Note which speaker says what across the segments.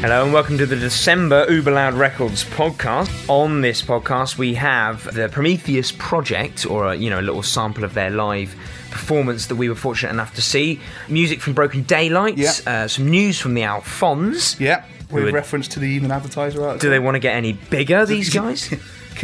Speaker 1: Hello and welcome to the December Uber Loud Records podcast. On this podcast, we have the Prometheus Project, or a, you know, a little sample of their live performance that we were fortunate enough to see. Music from Broken Daylight,
Speaker 2: Yeah.
Speaker 1: uh, some news from the Alphons.
Speaker 2: Yeah, with
Speaker 1: would-
Speaker 2: reference to the evening advertiser article.
Speaker 1: Do they want to get any bigger, these guys?
Speaker 2: Can-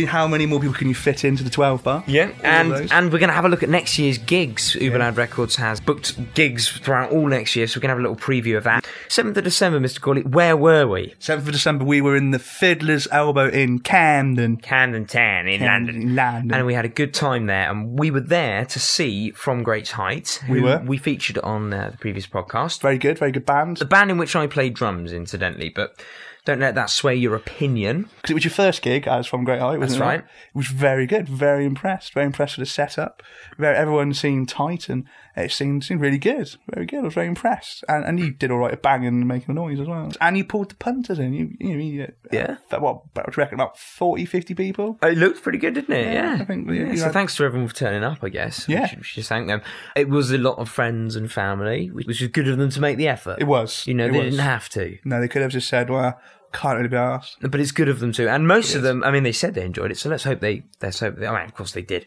Speaker 2: How many more people can you fit into the 12 bar?
Speaker 1: Yeah,
Speaker 2: All of
Speaker 1: and
Speaker 2: those.
Speaker 1: and we're going to have a look at next year's gigs. Uber Loud Records has booked gigs throughout all next year, so we're going to have a little preview of that. 7th of December, Mr. Corley, where were we?
Speaker 2: 7th of December, we were in the Fiddler's Elbow in Camden.
Speaker 1: Camden Town in London.
Speaker 2: In London.
Speaker 1: And we had a good time there, and we were there to see From Great Heights.
Speaker 2: We
Speaker 1: who
Speaker 2: were.
Speaker 1: We featured on uh, the previous podcast.
Speaker 2: very good, very good band.
Speaker 1: The band in which I played drums, incidentally, but don't let that sway your opinion.
Speaker 2: 'Cause it was your first gig as from Great Height,
Speaker 1: That's
Speaker 2: wasn't it?
Speaker 1: right.
Speaker 2: It was very good, very impressed, very impressed with the setup. Very, everyone seemed tight and it seemed, seemed really good, very good. I was very impressed. And, and you did all right at banging and making a noise as well. And you pulled the punters in. You, you, you uh,
Speaker 1: Yeah.
Speaker 2: that- what, about, do you reckon about 40, 50 people?
Speaker 1: It looked pretty good, didn't it? Yeah.
Speaker 2: I think we-
Speaker 1: Yeah,
Speaker 2: you
Speaker 1: so
Speaker 2: had-
Speaker 1: thanks to everyone for turning up, I guess. We
Speaker 2: Yeah.
Speaker 1: should- we should thank them. It was a lot of friends and family, which was good of them to make the effort.
Speaker 2: It was.
Speaker 1: You know,
Speaker 2: It
Speaker 1: they
Speaker 2: was.
Speaker 1: didn't have to.
Speaker 2: No, they could have just said, well, can't really be asked.
Speaker 1: But it's good of them to. And most of them, I mean, they said they enjoyed it, so let's hope they. Let's hope. They, I mean, of course they did.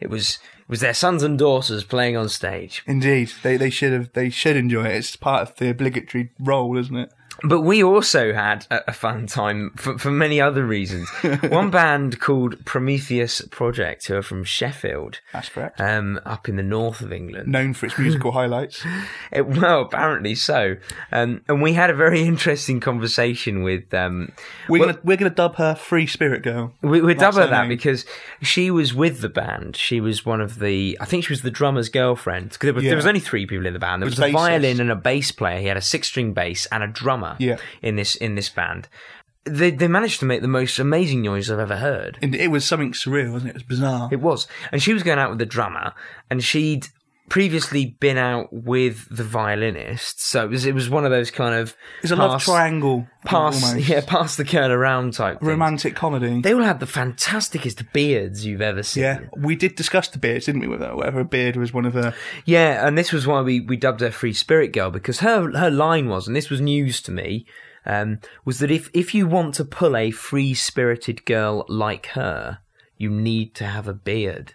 Speaker 1: It was it was their sons and daughters playing on stage.
Speaker 2: Indeed, they they should have they should enjoy it. It's part of the obligatory role, isn't it?
Speaker 1: But we also had a, a fun time for, for many other reasons. One band called Prometheus Project, who are from Sheffield,
Speaker 2: That's correct.
Speaker 1: um, up in the north of England.
Speaker 2: Uh, Known for its musical highlights.
Speaker 1: It- well, apparently so. Um, and we had a very interesting conversation with. Um,
Speaker 2: We're gonna we're gonna dub her Free Spirit Girl.
Speaker 1: we, we're
Speaker 2: That's
Speaker 1: double
Speaker 2: her
Speaker 1: that
Speaker 2: name.
Speaker 1: because she was with the band. She was one of the. I think she was the drummer's girlfriend. 'Cause There was, there
Speaker 2: Yeah.
Speaker 1: was only three people in the band. There was,
Speaker 2: was
Speaker 1: a
Speaker 2: bassist.
Speaker 1: violin and a bass player. He had a six-string bass and a drummer.
Speaker 2: Yeah.
Speaker 1: In this in this band, they they managed to make the most amazing noise I've ever heard.
Speaker 2: And it was something surreal, wasn't it? It was bizarre.
Speaker 1: It was. And she was going out with the drummer, and she'd previously been out with the violinist. So it was it was one of those kind of
Speaker 2: It's a love
Speaker 1: pass-
Speaker 2: triangle.
Speaker 1: pass
Speaker 2: almost.
Speaker 1: yeah pass the curl around type things.
Speaker 2: romantic comedy.
Speaker 1: They all had the fantasticest beards you've ever seen.
Speaker 2: yeah, we did discuss the beards, didn't we? With her, whether a beard was one of her.
Speaker 1: Yeah, and this was why we, we dubbed her Free Spirit Girl because her her line was, and this was news to me, um, was that if if you want to pull a free spirited girl like her, you need to have a beard.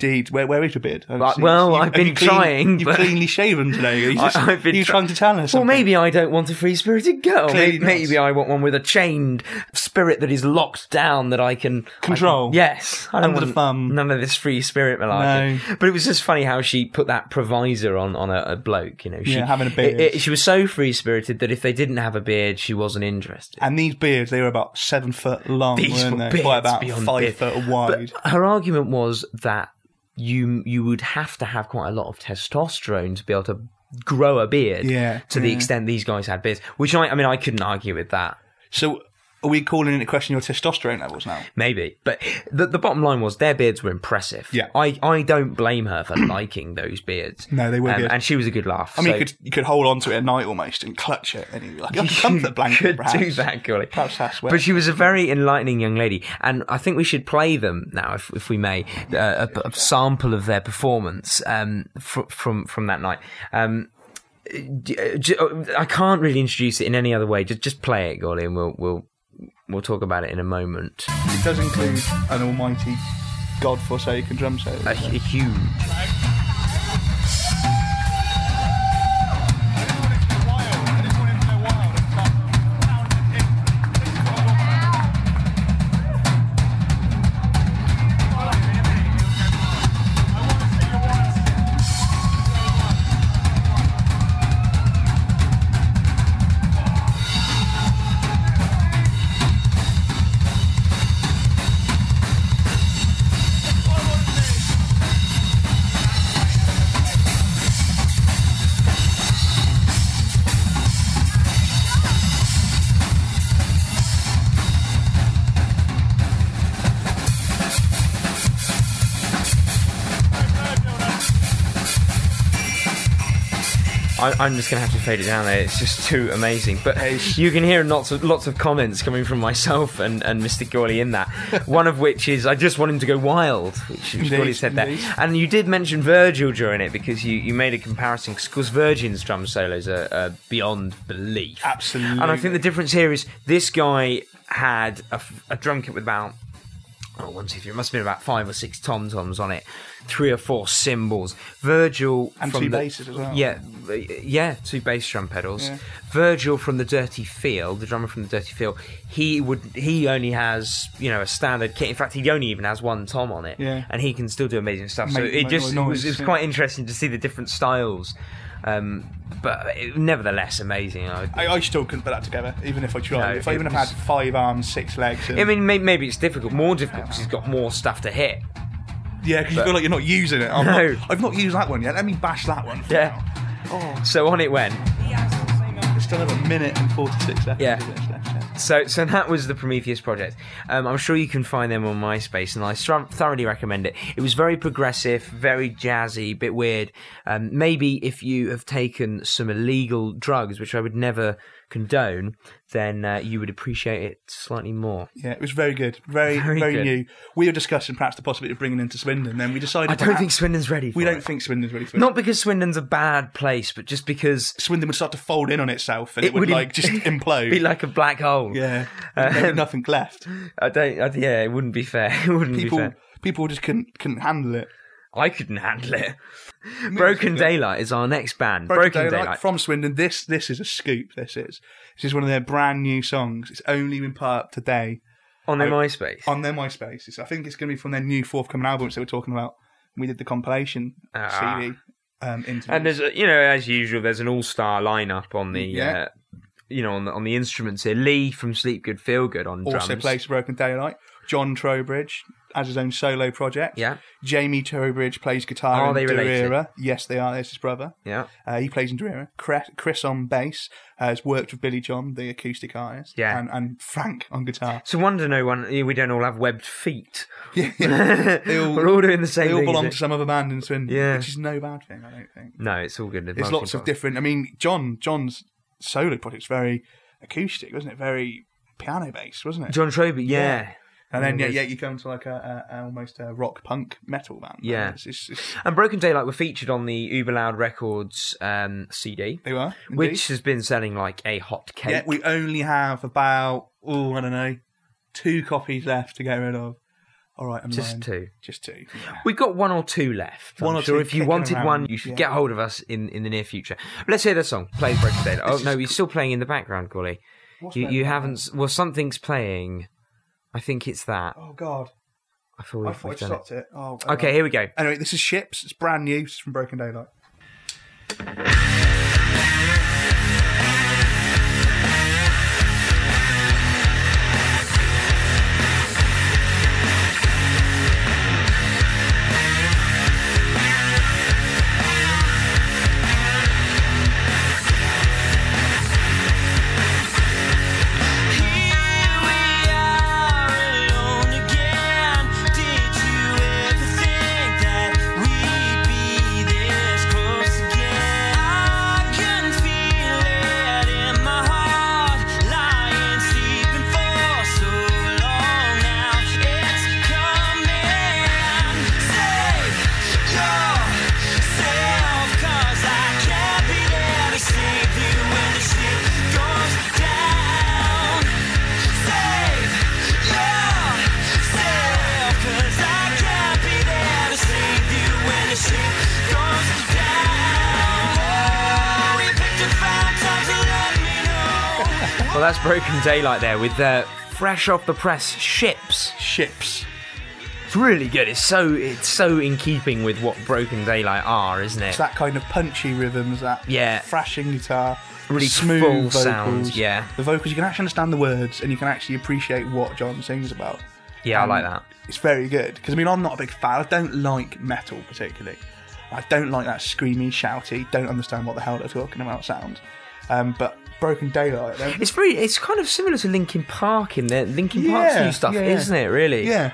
Speaker 2: Deed, where where is your beard? I haven't
Speaker 1: Right,
Speaker 2: seen-
Speaker 1: well, I've
Speaker 2: have
Speaker 1: been
Speaker 2: you clean-
Speaker 1: trying,
Speaker 2: You've
Speaker 1: but-
Speaker 2: cleanly shaven today. Are you, just,
Speaker 1: I've been
Speaker 2: are you
Speaker 1: try-
Speaker 2: trying to tell us?
Speaker 1: Well, maybe I don't want a free spirited girl. Maybe,
Speaker 2: Clearly not.
Speaker 1: maybe I want one with a chained spirit that is locked down that I can I can-
Speaker 2: Control.
Speaker 1: yes, I don't
Speaker 2: Under the
Speaker 1: want
Speaker 2: thumb.
Speaker 1: None of this free spirit malarkey. But it was just funny how she put that provisor on on a, a bloke. You know, she,
Speaker 2: Yeah, having a
Speaker 1: it-
Speaker 2: beard.
Speaker 1: it- she was so free spirited that if they didn't have a beard, she wasn't interested.
Speaker 2: And these beards, they were about seven foot long,
Speaker 1: These
Speaker 2: weren't
Speaker 1: were
Speaker 2: they?
Speaker 1: beards
Speaker 2: By about
Speaker 1: beyond
Speaker 2: five
Speaker 1: beard.
Speaker 2: foot wide.
Speaker 1: But her argument was that you you would have to have quite a lot of testosterone to be able to grow a beard.
Speaker 2: Yeah,
Speaker 1: To the
Speaker 2: yeah.
Speaker 1: extent these guys had beards, which I I mean I couldn't argue with that.
Speaker 2: So are we calling into question your testosterone levels now?
Speaker 1: Maybe, but the, the bottom line was their beards were impressive.
Speaker 2: Yeah.
Speaker 1: I, I don't blame her for liking those beards. Um,
Speaker 2: No, they were good.
Speaker 1: and she was a good laugh.
Speaker 2: I mean,
Speaker 1: so
Speaker 2: you could you could hold on to it at night almost and clutch it, and you'd be like a comfort blanket.
Speaker 1: could
Speaker 2: perhaps.
Speaker 1: do that, Gully.
Speaker 2: Perhaps that's where.
Speaker 1: But she was a very enlightening young lady, and I think we should play them now, if, if we may, uh, a, a sample of their performance um, fr- from from that night. Um, d- uh, j- uh, I can't really introduce it in any other way. Just just play it, Golly, and we'll we'll we'll talk about it in a moment.
Speaker 2: it does include an almighty, godforsaken drum solo.
Speaker 1: A, hu- a huge.
Speaker 3: Thank
Speaker 1: I, I'm just going to have to fade it down there. It's just too amazing. But
Speaker 2: Hey.
Speaker 1: you can hear lots of lots of comments coming from myself and, and Mr. Gawley in that. One of which is, I just want him to go wild, which
Speaker 2: Indeed,
Speaker 1: Gawley said
Speaker 2: indeed.
Speaker 1: that. And you did mention Virgil during it because you, you made a comparison because Virgin's drum solos are, are beyond belief.
Speaker 2: Absolutely.
Speaker 1: And I think the difference here is this guy had a, f- a drum kit with about oh, one, two, three. It must have been about five or six tom toms on it, three or four cymbals. Virgil
Speaker 2: And
Speaker 1: from
Speaker 2: two
Speaker 1: the-
Speaker 2: basses as well.
Speaker 1: Yeah, uh, yeah, two bass drum pedals.
Speaker 2: Yeah.
Speaker 1: Virgil from the Dirty Field, the drummer from the Dirty Field, he would he only has you know a standard kit. In fact, he only even has one tom on it,
Speaker 2: Yeah.
Speaker 1: and he can still do amazing stuff. so
Speaker 2: Make-
Speaker 1: it
Speaker 2: make
Speaker 1: just
Speaker 2: noise,
Speaker 1: it was, it was
Speaker 2: yeah.
Speaker 1: quite interesting to see the different styles. Um, but it, nevertheless, amazing. I would-
Speaker 2: I, I still couldn't put that together, even if I tried.
Speaker 1: No,
Speaker 2: if I
Speaker 1: it
Speaker 2: even
Speaker 1: was-
Speaker 2: had five arms, six legs. And,
Speaker 1: I mean, may- maybe it's difficult, more difficult because he's got more stuff to hit.
Speaker 2: yeah, because you feel like you're not using it. I'm
Speaker 1: No.
Speaker 2: not, I've not used that one yet. Let me bash that one. for
Speaker 1: Yeah.
Speaker 2: now. Oh,
Speaker 1: So on it went.
Speaker 2: I still have a minute and 46 seconds.
Speaker 1: Yeah.
Speaker 2: of this left, yeah.
Speaker 1: So, so that was the Prometheus project. Um, I'm sure you can find them on MySpace, and I thro- thoroughly recommend it. It was very progressive, very jazzy, bit weird. Um, maybe if you have taken some illegal drugs, which I would never condone, then uh, you would appreciate it slightly more.
Speaker 2: Yeah, it was very good. Very,
Speaker 1: Very
Speaker 2: very,
Speaker 1: good.
Speaker 2: new. We were discussing perhaps the possibility of bringing into Swindon, then we decided.
Speaker 1: I don't
Speaker 2: perhaps-
Speaker 1: think Swindon's ready. For
Speaker 2: We
Speaker 1: it.
Speaker 2: don't think Swindon's ready for it.
Speaker 1: Not because Swindon's a bad place, but just because
Speaker 2: Swindon would start to fold in on itself and it, would,
Speaker 1: im-
Speaker 2: like just implode.
Speaker 1: be like uh, um, a black hole.
Speaker 2: yeah. There'd be nothing left.
Speaker 1: I don't. I, yeah, it wouldn't be fair. It wouldn't be
Speaker 2: People
Speaker 1: fair.
Speaker 2: people just couldn't couldn't handle it.
Speaker 1: I couldn't handle it. Broken Daylight is our next band. Broken, Daylight.
Speaker 2: from Swindon. This this is a scoop, this is. This is one of their brand new songs. It's only been put up today
Speaker 1: on their MySpace.
Speaker 2: on their MySpace. It's, I think it's gonna be from their new forthcoming album which they were talking about. We did the compilation
Speaker 1: Ah.
Speaker 2: CD um interview.
Speaker 1: and there's, a, you know, as usual, there's an all-star lineup on the,
Speaker 2: Yeah.
Speaker 1: uh, you know, on the, on the instruments here. Lee from Sleep Good Feel Good on drums.
Speaker 2: also plays for Broken Daylight. John Trowbridge has his own solo project.
Speaker 1: Yeah.
Speaker 2: Jamie Trowbridge plays guitar
Speaker 1: Are
Speaker 2: in
Speaker 1: they related?
Speaker 2: Derrera. Yes, they are. There's his brother.
Speaker 1: Yeah,
Speaker 2: Uh, he plays in Derrera. Cre- Chris on bass uh, has worked with Billy John, the acoustic artist.
Speaker 1: Yeah.
Speaker 2: And, and Frank on guitar.
Speaker 1: it's a wonder no one. We don't all have webbed feet.
Speaker 2: Yeah, yeah. They all-
Speaker 1: We're all doing the same
Speaker 2: They all
Speaker 1: thing.
Speaker 2: belong to
Speaker 1: is it?
Speaker 2: some other band in Swindon,
Speaker 1: Yeah.
Speaker 2: which is no bad thing, I don't think.
Speaker 1: No, it's all good.
Speaker 2: There's lots of different. I mean, John John's solo project's very acoustic, wasn't it? Very piano based, wasn't it?
Speaker 1: John Troby, yeah.
Speaker 2: and then yeah,
Speaker 1: there's-
Speaker 2: yeah, you come to like a, a, a almost a rock punk metal band.
Speaker 1: Yeah.
Speaker 2: It's- it's- it's-
Speaker 1: And Broken Daylight were featured on the Uber Loud Records um, CD,
Speaker 2: They were. indeed.
Speaker 1: which has been selling like a hot cake.
Speaker 2: yeah, we only have about oh I don't know two copies left to get rid of. All right, I'm
Speaker 1: Just
Speaker 2: lying.
Speaker 1: two.
Speaker 2: Just two. yeah.
Speaker 1: We've got one or two left.
Speaker 2: One
Speaker 1: I'm
Speaker 2: or
Speaker 1: sure
Speaker 2: two
Speaker 1: If you
Speaker 2: kicking
Speaker 1: wanted
Speaker 2: around.
Speaker 1: one, you should
Speaker 2: Yeah.
Speaker 1: get hold of us in, in the near future. Let's hear the song. Play Broken Daylight. Oh
Speaker 2: This
Speaker 1: no,
Speaker 2: is
Speaker 1: he's still playing in the background, Golly.
Speaker 2: What's
Speaker 1: You
Speaker 2: playing
Speaker 1: you
Speaker 2: in the
Speaker 1: haven't. s- Well, something's playing. I think it's that.
Speaker 2: Oh God,
Speaker 1: I thought
Speaker 2: I
Speaker 1: we've
Speaker 2: thought I
Speaker 1: we've done it.
Speaker 2: stopped it. Oh, all
Speaker 1: Okay,
Speaker 2: right.
Speaker 1: here we go.
Speaker 2: Anyway, this is Ships. It's brand new. It's from Broken Daylight.
Speaker 3: Here we are alone again. Did you ever think that we'd be this close again? I can feel it in my heart, lying sleeping for so long now. It's coming. Save yourself, 'cause I can't be there to save you when the shit goes down. Save yourself, 'cause I can't be there to save you when the shit goes down. Oh, we picked a fine time to let me know.
Speaker 1: Well, that's Broken Daylight there with uh, fresh off the press ships.
Speaker 2: Ships.
Speaker 1: It's really good. It's so it's so in keeping with what Broken Daylight are, isn't it?
Speaker 2: It's that kind of punchy rhythms, that
Speaker 1: Yeah.
Speaker 2: thrashing guitar,
Speaker 1: Really
Speaker 2: smooth
Speaker 1: full
Speaker 2: vocals.
Speaker 1: sound, yeah.
Speaker 2: the vocals. You can actually understand the words, and you can actually appreciate what John sings about.
Speaker 1: yeah, I like that.
Speaker 2: Um, It's very good because I mean I'm not a big fan. I don't like metal particularly. I don't like that screamy, shouty. Don't understand what the hell they're talking about sound. Um, but Broken Daylight, then-
Speaker 1: It's very. It's kind of similar to Linkin Park in there. Linkin Park's
Speaker 2: Yeah,
Speaker 1: new stuff,
Speaker 2: yeah, yeah.
Speaker 1: isn't it? Really.
Speaker 2: yeah,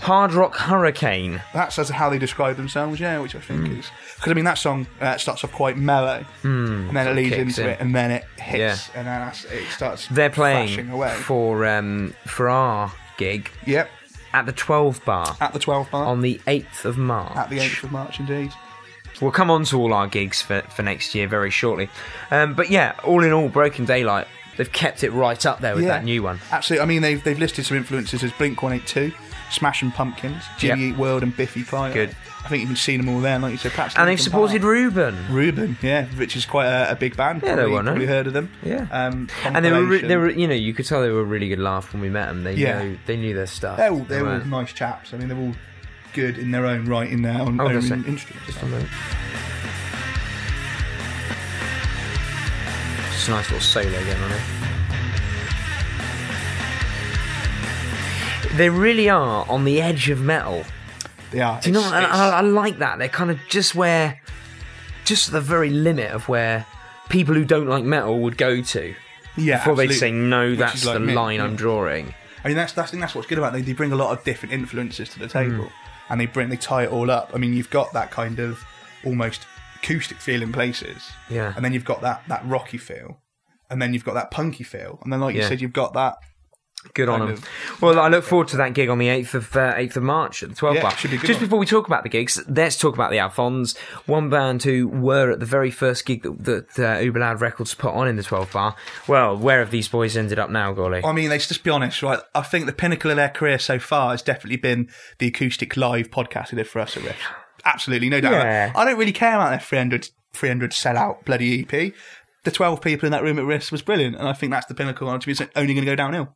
Speaker 1: Hard Rock Hurricane.
Speaker 2: That's, that's how they describe themselves, yeah, which I think
Speaker 1: Hmm.
Speaker 2: is. Because, I mean, that song uh, starts off quite mellow, and then it leads
Speaker 1: Hmm, Kicks
Speaker 2: into
Speaker 1: in.
Speaker 2: it, and then it hits, and then that's, it starts
Speaker 1: They're playing
Speaker 2: flashing away.
Speaker 1: for um, for our gig
Speaker 2: Yep,
Speaker 1: at the 12 bar
Speaker 2: at the 12th mark.
Speaker 1: on the 8th of March.
Speaker 2: at the 8th of March, indeed.
Speaker 1: We'll come on to all our gigs for, for next year very shortly. Um, but yeah, all in all, Broken Daylight, they've kept it right up there with that new one.
Speaker 2: Absolutely. I mean, they've, they've listed some influences as Blink 182, Smashing Pumpkins, Jimmy
Speaker 1: Yep.
Speaker 2: Eat World, and Biffy Clyro.
Speaker 1: Good.
Speaker 2: I think you can see them all there, like you said. Perhaps
Speaker 1: And they've
Speaker 2: Linkin
Speaker 1: supported
Speaker 2: Park.
Speaker 1: Ruben.
Speaker 2: Ruben, yeah, which is quite a, a big band.
Speaker 1: Yeah, they
Speaker 2: probably,
Speaker 1: were, no?
Speaker 2: probably heard of them.
Speaker 1: Yeah.
Speaker 2: Um,
Speaker 1: And they were, re-
Speaker 2: Compilation.
Speaker 1: they were, you know, you could tell they were a really good laugh when we met them. They
Speaker 2: Yeah.
Speaker 1: knew they knew their stuff.
Speaker 2: They're all, they're all
Speaker 1: weren't-
Speaker 2: nice chaps. I mean, they're all good in their own right in their own,
Speaker 1: Hold on
Speaker 2: own
Speaker 1: a sec.
Speaker 2: instruments.
Speaker 1: Just a minute. Just a nice little solo again on it. They really are on the edge of metal.
Speaker 2: They are.
Speaker 1: Do you know?
Speaker 2: It's-
Speaker 1: And
Speaker 2: it's-
Speaker 1: I, I like that. They're kind of just where, just the very limit of where people who don't like metal would go to
Speaker 2: yeah,
Speaker 1: before they
Speaker 2: absolutely.
Speaker 1: say, "No,
Speaker 2: Which
Speaker 1: that's
Speaker 2: is like
Speaker 1: the
Speaker 2: me,
Speaker 1: line
Speaker 2: yeah.
Speaker 1: I'm drawing."
Speaker 2: I mean, that's that's I think that's what's good about them. They bring a lot of different influences to the
Speaker 1: Hmm.
Speaker 2: table, and they bring they tie it all up. I mean, you've got that kind of almost acoustic feel in places,
Speaker 1: Yeah.
Speaker 2: and then you've got that that rocky feel, and then you've got that punky feel, and then like
Speaker 1: Yeah.
Speaker 2: you said, you've got that.
Speaker 1: Good on
Speaker 2: Kind
Speaker 1: them.
Speaker 2: of-
Speaker 1: Well, I look forward to that gig on the eighth of uh, eighth of March at the twelve
Speaker 2: Yeah,
Speaker 1: bar.
Speaker 2: should be a good
Speaker 1: Just
Speaker 2: one.
Speaker 1: before we talk about the gigs, let's talk about the Alphons, one band who were at the very first gig that, that uh, Uber Loud Records put on in the twelve bar. Well, where have these boys ended up now, Golly?
Speaker 2: I mean, let's just be honest, right? I think the pinnacle of their career so far has definitely been the acoustic live podcast they did for us at Riff. Absolutely, no doubt.
Speaker 1: Yeah.
Speaker 2: I don't really care about their 300, 300 sellout bloody EP. The 12 people in that room at Riff was brilliant, and I think that's the pinnacle. And it's only going to go downhill.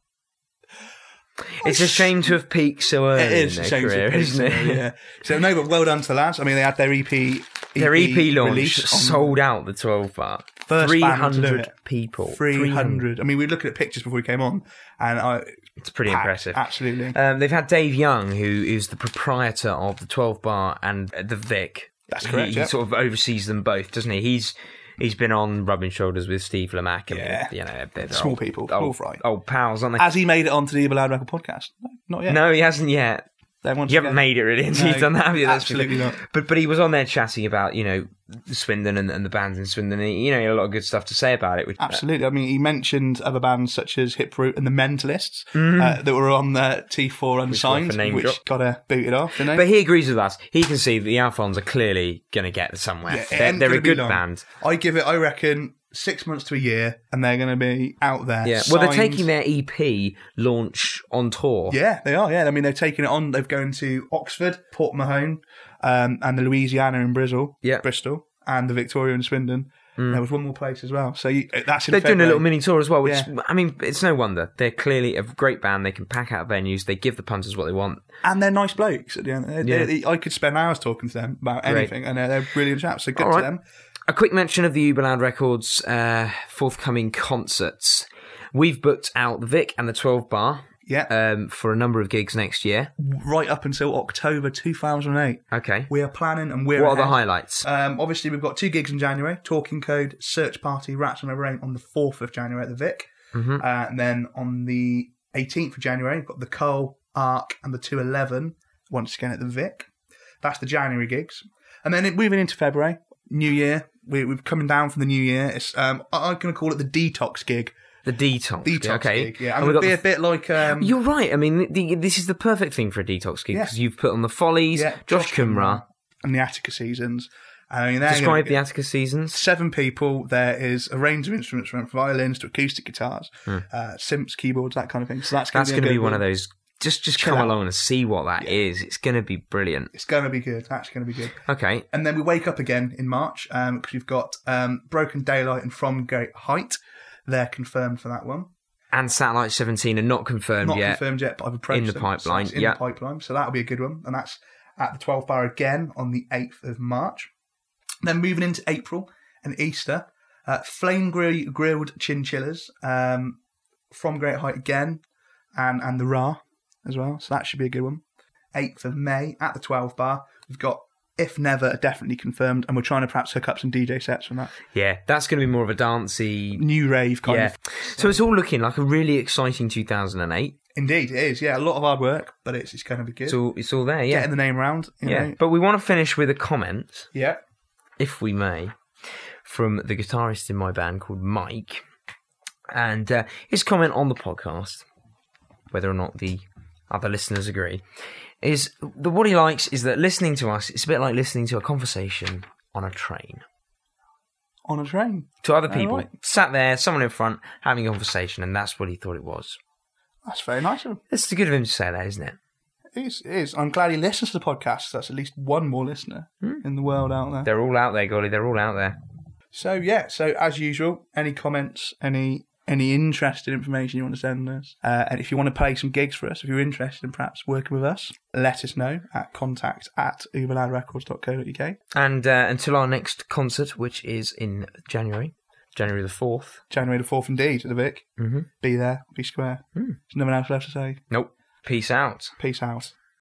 Speaker 1: It's a shame to have peaked so early
Speaker 2: It is
Speaker 1: in
Speaker 2: a
Speaker 1: their
Speaker 2: shame to
Speaker 1: career,
Speaker 2: be
Speaker 1: isn't
Speaker 2: so,
Speaker 1: it?
Speaker 2: Yeah. So no, but well done to the lads. I mean, they had their E EP, EP
Speaker 1: Their EP launch
Speaker 2: release on
Speaker 1: sold out the 12 bar.
Speaker 2: First band to do
Speaker 1: 300
Speaker 2: it.
Speaker 1: people.
Speaker 2: 300. I mean, we were looking at pictures before we came on, and I
Speaker 1: It's pretty
Speaker 2: packed,
Speaker 1: impressive.
Speaker 2: Absolutely,
Speaker 1: Um, they've had Dave Young, who is the proprietor of the 12 Bar and uh, the Vic.
Speaker 2: That's
Speaker 1: He-
Speaker 2: correct,
Speaker 1: He,
Speaker 2: yeah.
Speaker 1: sort of oversees them both, doesn't he? He's he's been on rubbing shoulders with Steve Lamack. I mean,
Speaker 2: Yeah.
Speaker 1: you know, they're
Speaker 2: Small
Speaker 1: old-
Speaker 2: people, small
Speaker 1: old,
Speaker 2: fry.
Speaker 1: old pals, aren't they?
Speaker 2: has he made it onto the Evil Loud Record podcast? No, not yet.
Speaker 1: no, he hasn't yet.
Speaker 2: Then once
Speaker 1: You haven't
Speaker 2: again-
Speaker 1: made it really until
Speaker 2: No,
Speaker 1: you've done that, have you? That's
Speaker 2: absolutely
Speaker 1: true.
Speaker 2: not.
Speaker 1: But but he was on there chatting about you know Swindon and, and the bands in Swindon. and he- You know, he had a lot of good stuff to say about it. Which,
Speaker 2: Absolutely. I mean, he mentioned other bands such as Hip Root and the Mentalists
Speaker 1: Mm-hmm.
Speaker 2: uh, that were on the T4 Unsigned,
Speaker 1: name
Speaker 2: which,
Speaker 1: drop.
Speaker 2: got uh, booted off. Didn't they?
Speaker 1: But he agrees with us. He can see that the Alphons are clearly going to get somewhere.
Speaker 2: Yeah, it
Speaker 1: they're
Speaker 2: ain't
Speaker 1: they're a
Speaker 2: gonna be
Speaker 1: good
Speaker 2: long.
Speaker 1: band.
Speaker 2: I give it, I reckon, six months to a year, and they're going to be out there.
Speaker 1: Yeah. Well, they're
Speaker 2: signed.
Speaker 1: taking their EP launch on tour.
Speaker 2: Yeah, they are. Yeah, I mean, they've taken it on. They've gone to Oxford, Port Mahone, um, and the Louisiana in Bristol,
Speaker 1: Yeah.
Speaker 2: Bristol, and the Victoria in Swindon. There was one more place as well. So you, uh, that's in
Speaker 1: They're doing a
Speaker 2: February.
Speaker 1: little mini tour as well, which
Speaker 2: Yeah.
Speaker 1: I mean, it's no wonder they're clearly a great band. They can pack out venues. They give the punters what they want.
Speaker 2: and they're nice blokes. At the end, They-
Speaker 1: Yeah.
Speaker 2: they- I could spend hours talking to them about anything, and they're, they're brilliant chaps. So good
Speaker 1: All
Speaker 2: to
Speaker 1: right.
Speaker 2: them.
Speaker 1: A quick mention of the Uber Loud Records uh, forthcoming concerts. We've booked out the Vic and the Twelve Bar
Speaker 2: Yeah,
Speaker 1: um, for a number of gigs next year.
Speaker 2: right up until October 2008,
Speaker 1: Okay.
Speaker 2: we are planning and we're.
Speaker 1: What are the
Speaker 2: ahead.
Speaker 1: highlights?
Speaker 2: Um, obviously, we've got two gigs in January Talking Code, Search Party, Rats on a Rain on the 4th of January at the Vic.
Speaker 1: Mm-hmm.
Speaker 2: Uh, and then on the 18th of January, we've got the Cull, Arc, and the 211 once again at the Vic. That's the January gigs. And then moving into February, New Year. We, we're coming down from the New Year. It's um, I- I'm going to call it the detox gig.
Speaker 1: the Detox.
Speaker 2: Detox
Speaker 1: okay.
Speaker 2: gig. Yeah, I'm
Speaker 1: And we've
Speaker 2: going to
Speaker 1: got
Speaker 2: be
Speaker 1: the
Speaker 2: a bit like um,
Speaker 1: You're right. I mean, the, this is the perfect thing for a detox gig
Speaker 2: Yeah.
Speaker 1: because you've put on the Follies,
Speaker 2: yeah,
Speaker 1: Josh Kumra.
Speaker 2: and the Attica Seasons. I mean, they're gonna
Speaker 1: Describe
Speaker 2: be-
Speaker 1: the Attica seasons.
Speaker 2: seven people. There is a range of instruments from violins to acoustic guitars, uh, synths, keyboards, that kind of thing. So that's
Speaker 1: Hmm.
Speaker 2: going
Speaker 1: That's
Speaker 2: to
Speaker 1: going to
Speaker 2: be, a
Speaker 1: be
Speaker 2: good
Speaker 1: one of those. Just just come
Speaker 2: out.
Speaker 1: along and see what that is. It's going to be brilliant.
Speaker 2: It's going to be good. That's going to be good.
Speaker 1: Okay.
Speaker 2: And then we wake up again in March because you've got um, Broken Daylight and From Great Height. They're confirmed for that one.
Speaker 1: And Satellite 17 are not confirmed
Speaker 2: Not
Speaker 1: yet.
Speaker 2: confirmed yet, but I've approached
Speaker 1: In the
Speaker 2: them.
Speaker 1: pipeline,
Speaker 2: So it's in
Speaker 1: yeah.
Speaker 2: the pipeline. So that'll be a good one, and that's at the 12th bar again on the 8th of March. Then moving into April and Easter, uh, flame grill, grilled chinchillas um, from Great Height again, and and the Ra as well. So that should be a good one. 8th of May at the 12th bar, we've got. If never, are definitely confirmed, and we're trying to perhaps hook up some DJ sets from that
Speaker 1: Yeah, that's going to be more of a dancey.
Speaker 2: new rave kind
Speaker 1: Yeah.
Speaker 2: of.
Speaker 1: So it's all looking like a really exciting 2008.
Speaker 2: Indeed, it is. Yeah, a lot of hard work, but it's it's going to be good.
Speaker 1: It's all, it's all there, yeah.
Speaker 2: Getting the name round. You
Speaker 1: yeah.
Speaker 2: Know?
Speaker 1: But we want to finish with a comment,
Speaker 2: yeah.
Speaker 1: if we may, from the guitarist in my band called Mike. And uh, his comment on the podcast, whether or not the other listeners agree, is the what he likes is that listening to us, it's a bit like listening to a conversation on a train.
Speaker 2: On a train.
Speaker 1: To other people,
Speaker 2: right.
Speaker 1: sat there, someone in front, having a conversation, and that's what he thought it was.
Speaker 2: That's very nice of him.
Speaker 1: It's good of him to say that, isn't it?
Speaker 2: It is, it is. I'm glad he listens to the podcast. That's at least one more listener in the world out there.
Speaker 1: They're all out there, golly, they're all out there.
Speaker 2: So yeah, so as usual, any comments, any any interested information you want to send us, uh, and if you want to play some gigs for us, if you're interested in perhaps working with us, let us know at contact at uberlandrecords.co.uk.
Speaker 1: And uh, until our next concert, which is in January, January the 4th.
Speaker 2: January the fourth, indeed, at the Vic. Mm-hmm. Be there, be square. There's nothing else left to say.
Speaker 1: Nope. Peace out.
Speaker 2: Peace out.